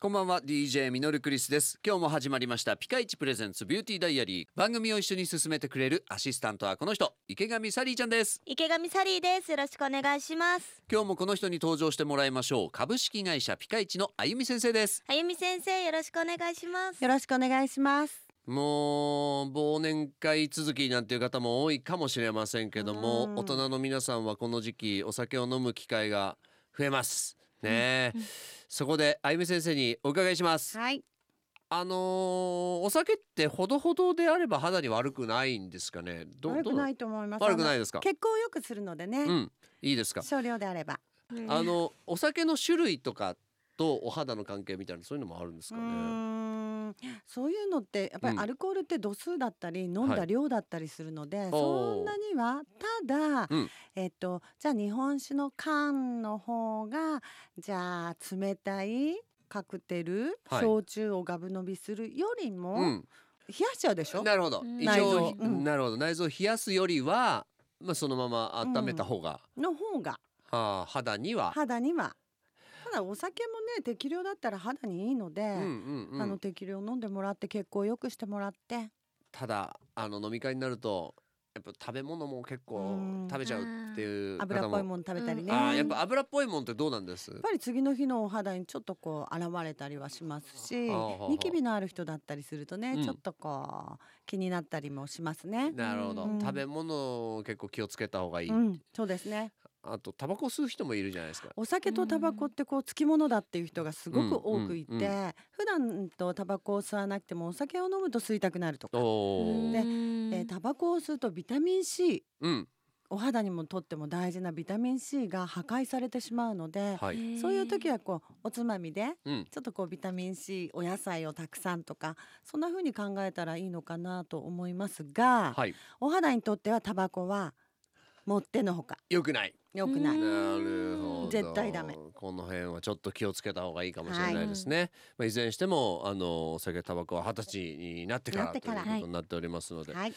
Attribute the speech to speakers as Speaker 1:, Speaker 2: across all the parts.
Speaker 1: こんばんは DJ ミノルクリスです今日も始まりましたピカイチプレゼンツビューティーダイアリー番組を一緒に進めてくれるアシスタントはこの人池上サリーちゃんです
Speaker 2: 池上サリーですよろしくお願いします
Speaker 1: 今日もこの人に登場してもらいましょう株式会社ピカイチのあゆみ先生です
Speaker 2: あゆみ先生よろしくお願いします
Speaker 3: よろしくお願いします。
Speaker 1: もう忘年会続きなんていう方も多いかもしれませんけども、
Speaker 3: うん
Speaker 1: 大人の皆さんはこの時期お酒を飲む機会が増えますねえ、そこであゆみ先生にお伺いします
Speaker 3: はい。
Speaker 1: あのーお酒ってほどほどであれば肌に悪くないんですかねど
Speaker 3: 悪くないいと思います。。
Speaker 1: 悪くないいですか
Speaker 3: 血行を良くするのでね、
Speaker 1: うんいいですか
Speaker 3: 少量であれば。
Speaker 1: あのお酒の種類とかとお肌の関係みたいなそういうのもあるんです
Speaker 3: う
Speaker 1: かね
Speaker 3: ーんそういうのってやっぱり
Speaker 1: うん
Speaker 3: アルコールって度数だったり飲ん
Speaker 1: は
Speaker 3: だ
Speaker 1: い
Speaker 3: 量だったりするので、
Speaker 1: おー
Speaker 3: そんなにはただ、
Speaker 1: うん
Speaker 3: えっとじゃあ日本酒の缶の方がじゃあ冷たいカクテル、
Speaker 1: はい
Speaker 3: 焼酎をガブ飲みするよりも、
Speaker 1: うん
Speaker 3: 冷やしちゃうでしょ
Speaker 1: なるほど
Speaker 2: うん
Speaker 1: 一
Speaker 3: 内臓
Speaker 1: 応、
Speaker 3: うん
Speaker 1: なるほど内臓を冷やすよりは、まあ、そのまま温めた方が、
Speaker 3: の方が
Speaker 1: はあ、肌には、
Speaker 3: 肌にはただお酒もね適量だったら肌にいいので、
Speaker 1: うんうん
Speaker 3: あ
Speaker 1: う
Speaker 3: の
Speaker 1: ん、
Speaker 3: 適量飲んでもらって血行を良くしてもらって
Speaker 1: ただあの飲み会になるとやっぱ食べ物も結構
Speaker 3: うん
Speaker 1: 食べちゃうっていう方も
Speaker 3: 油っぽいもの食べたりね、
Speaker 2: うん
Speaker 1: あ
Speaker 3: や
Speaker 1: あ
Speaker 3: っ
Speaker 1: やっぱ油っぽいもんってどうなんです
Speaker 3: ぱり次の日のお肌にちょっとこう現れたりはしますし
Speaker 1: ああああああ
Speaker 3: ニキビのある人だったりするとね、
Speaker 1: うん
Speaker 3: ちょっとこう気になったりもしますね。
Speaker 1: なるほど、
Speaker 3: うん
Speaker 1: 食べ物を結構気をつけた方がいい、
Speaker 3: うん、そうですね
Speaker 1: あとタバコ吸う人もいるじゃないですか
Speaker 3: お酒とタバコってこうつきものだっていう人がすごく多くいて、
Speaker 1: うんうんうん
Speaker 3: 普段うんとタバコを吸わなくてもお酒を飲むと吸いたくなるとか、
Speaker 1: お
Speaker 2: ね
Speaker 1: ー
Speaker 3: でえータバコを吸うとビタミン C
Speaker 1: うん
Speaker 3: お肌にもとっても大事なビタミン C が破壊されてしまうので、
Speaker 1: はい
Speaker 3: そういう時はこうおつまみで
Speaker 1: うん
Speaker 3: ちょっとこうビタミン C お野菜をたくさんとかそんな風に考えたらいいのかなと思いますが、
Speaker 1: はい
Speaker 3: お肌にとってはタバコはもってのほか
Speaker 1: よくない
Speaker 3: 良くな
Speaker 2: う
Speaker 3: い
Speaker 2: ん。
Speaker 1: なるほど
Speaker 3: 絶対ダメ
Speaker 1: この辺はちょっと気をつけた方がいいかもしれないですね、いまあ、いずれにしてもあのお酒タバコは二十歳になってから
Speaker 3: なって
Speaker 1: とい
Speaker 3: か
Speaker 1: う
Speaker 3: ら
Speaker 1: ことになっておりますので、
Speaker 3: はい、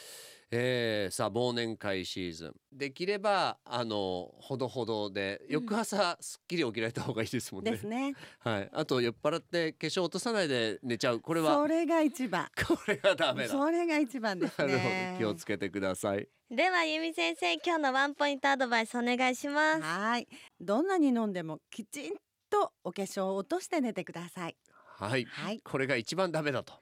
Speaker 1: えーさあ忘年会シーズンできればあのほどほどで翌朝すっきり起きられた方がいいですもんね、
Speaker 3: ですね。
Speaker 1: はい、あと酔っ払って化粧落とさないで寝ちゃうこれ
Speaker 3: そ
Speaker 1: は
Speaker 3: れが一番。
Speaker 1: これはダメだ
Speaker 3: それが一番です
Speaker 1: なる
Speaker 3: ね
Speaker 1: ほど。気をつけてください
Speaker 2: ではゆみ先生今日のワンポイントアドバイスお願いします
Speaker 3: はい、どんなに飲んでもきちんとお化粧を落として寝てください。
Speaker 1: はい、
Speaker 3: はい
Speaker 1: これが一番ダメだと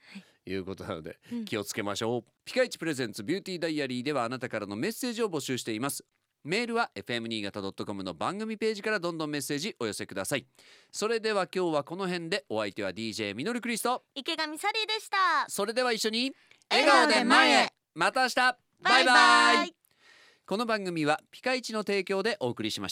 Speaker 1: いうことなので、
Speaker 2: うん
Speaker 1: 気をつけましょうピカイチプレゼンツビューティーダイアリーではあなたからのメッセージを募集していますメールは fm 新潟 .com の番組ページからどんどんメッセージお寄せくださいそれでは今日はこの辺でお相手は DJ ミノルクリスト
Speaker 2: 池上サリーでした
Speaker 1: それでは一緒に
Speaker 2: 笑顔で前へ
Speaker 1: また明日バイバイこの番組はピカイチの提供でお送りしました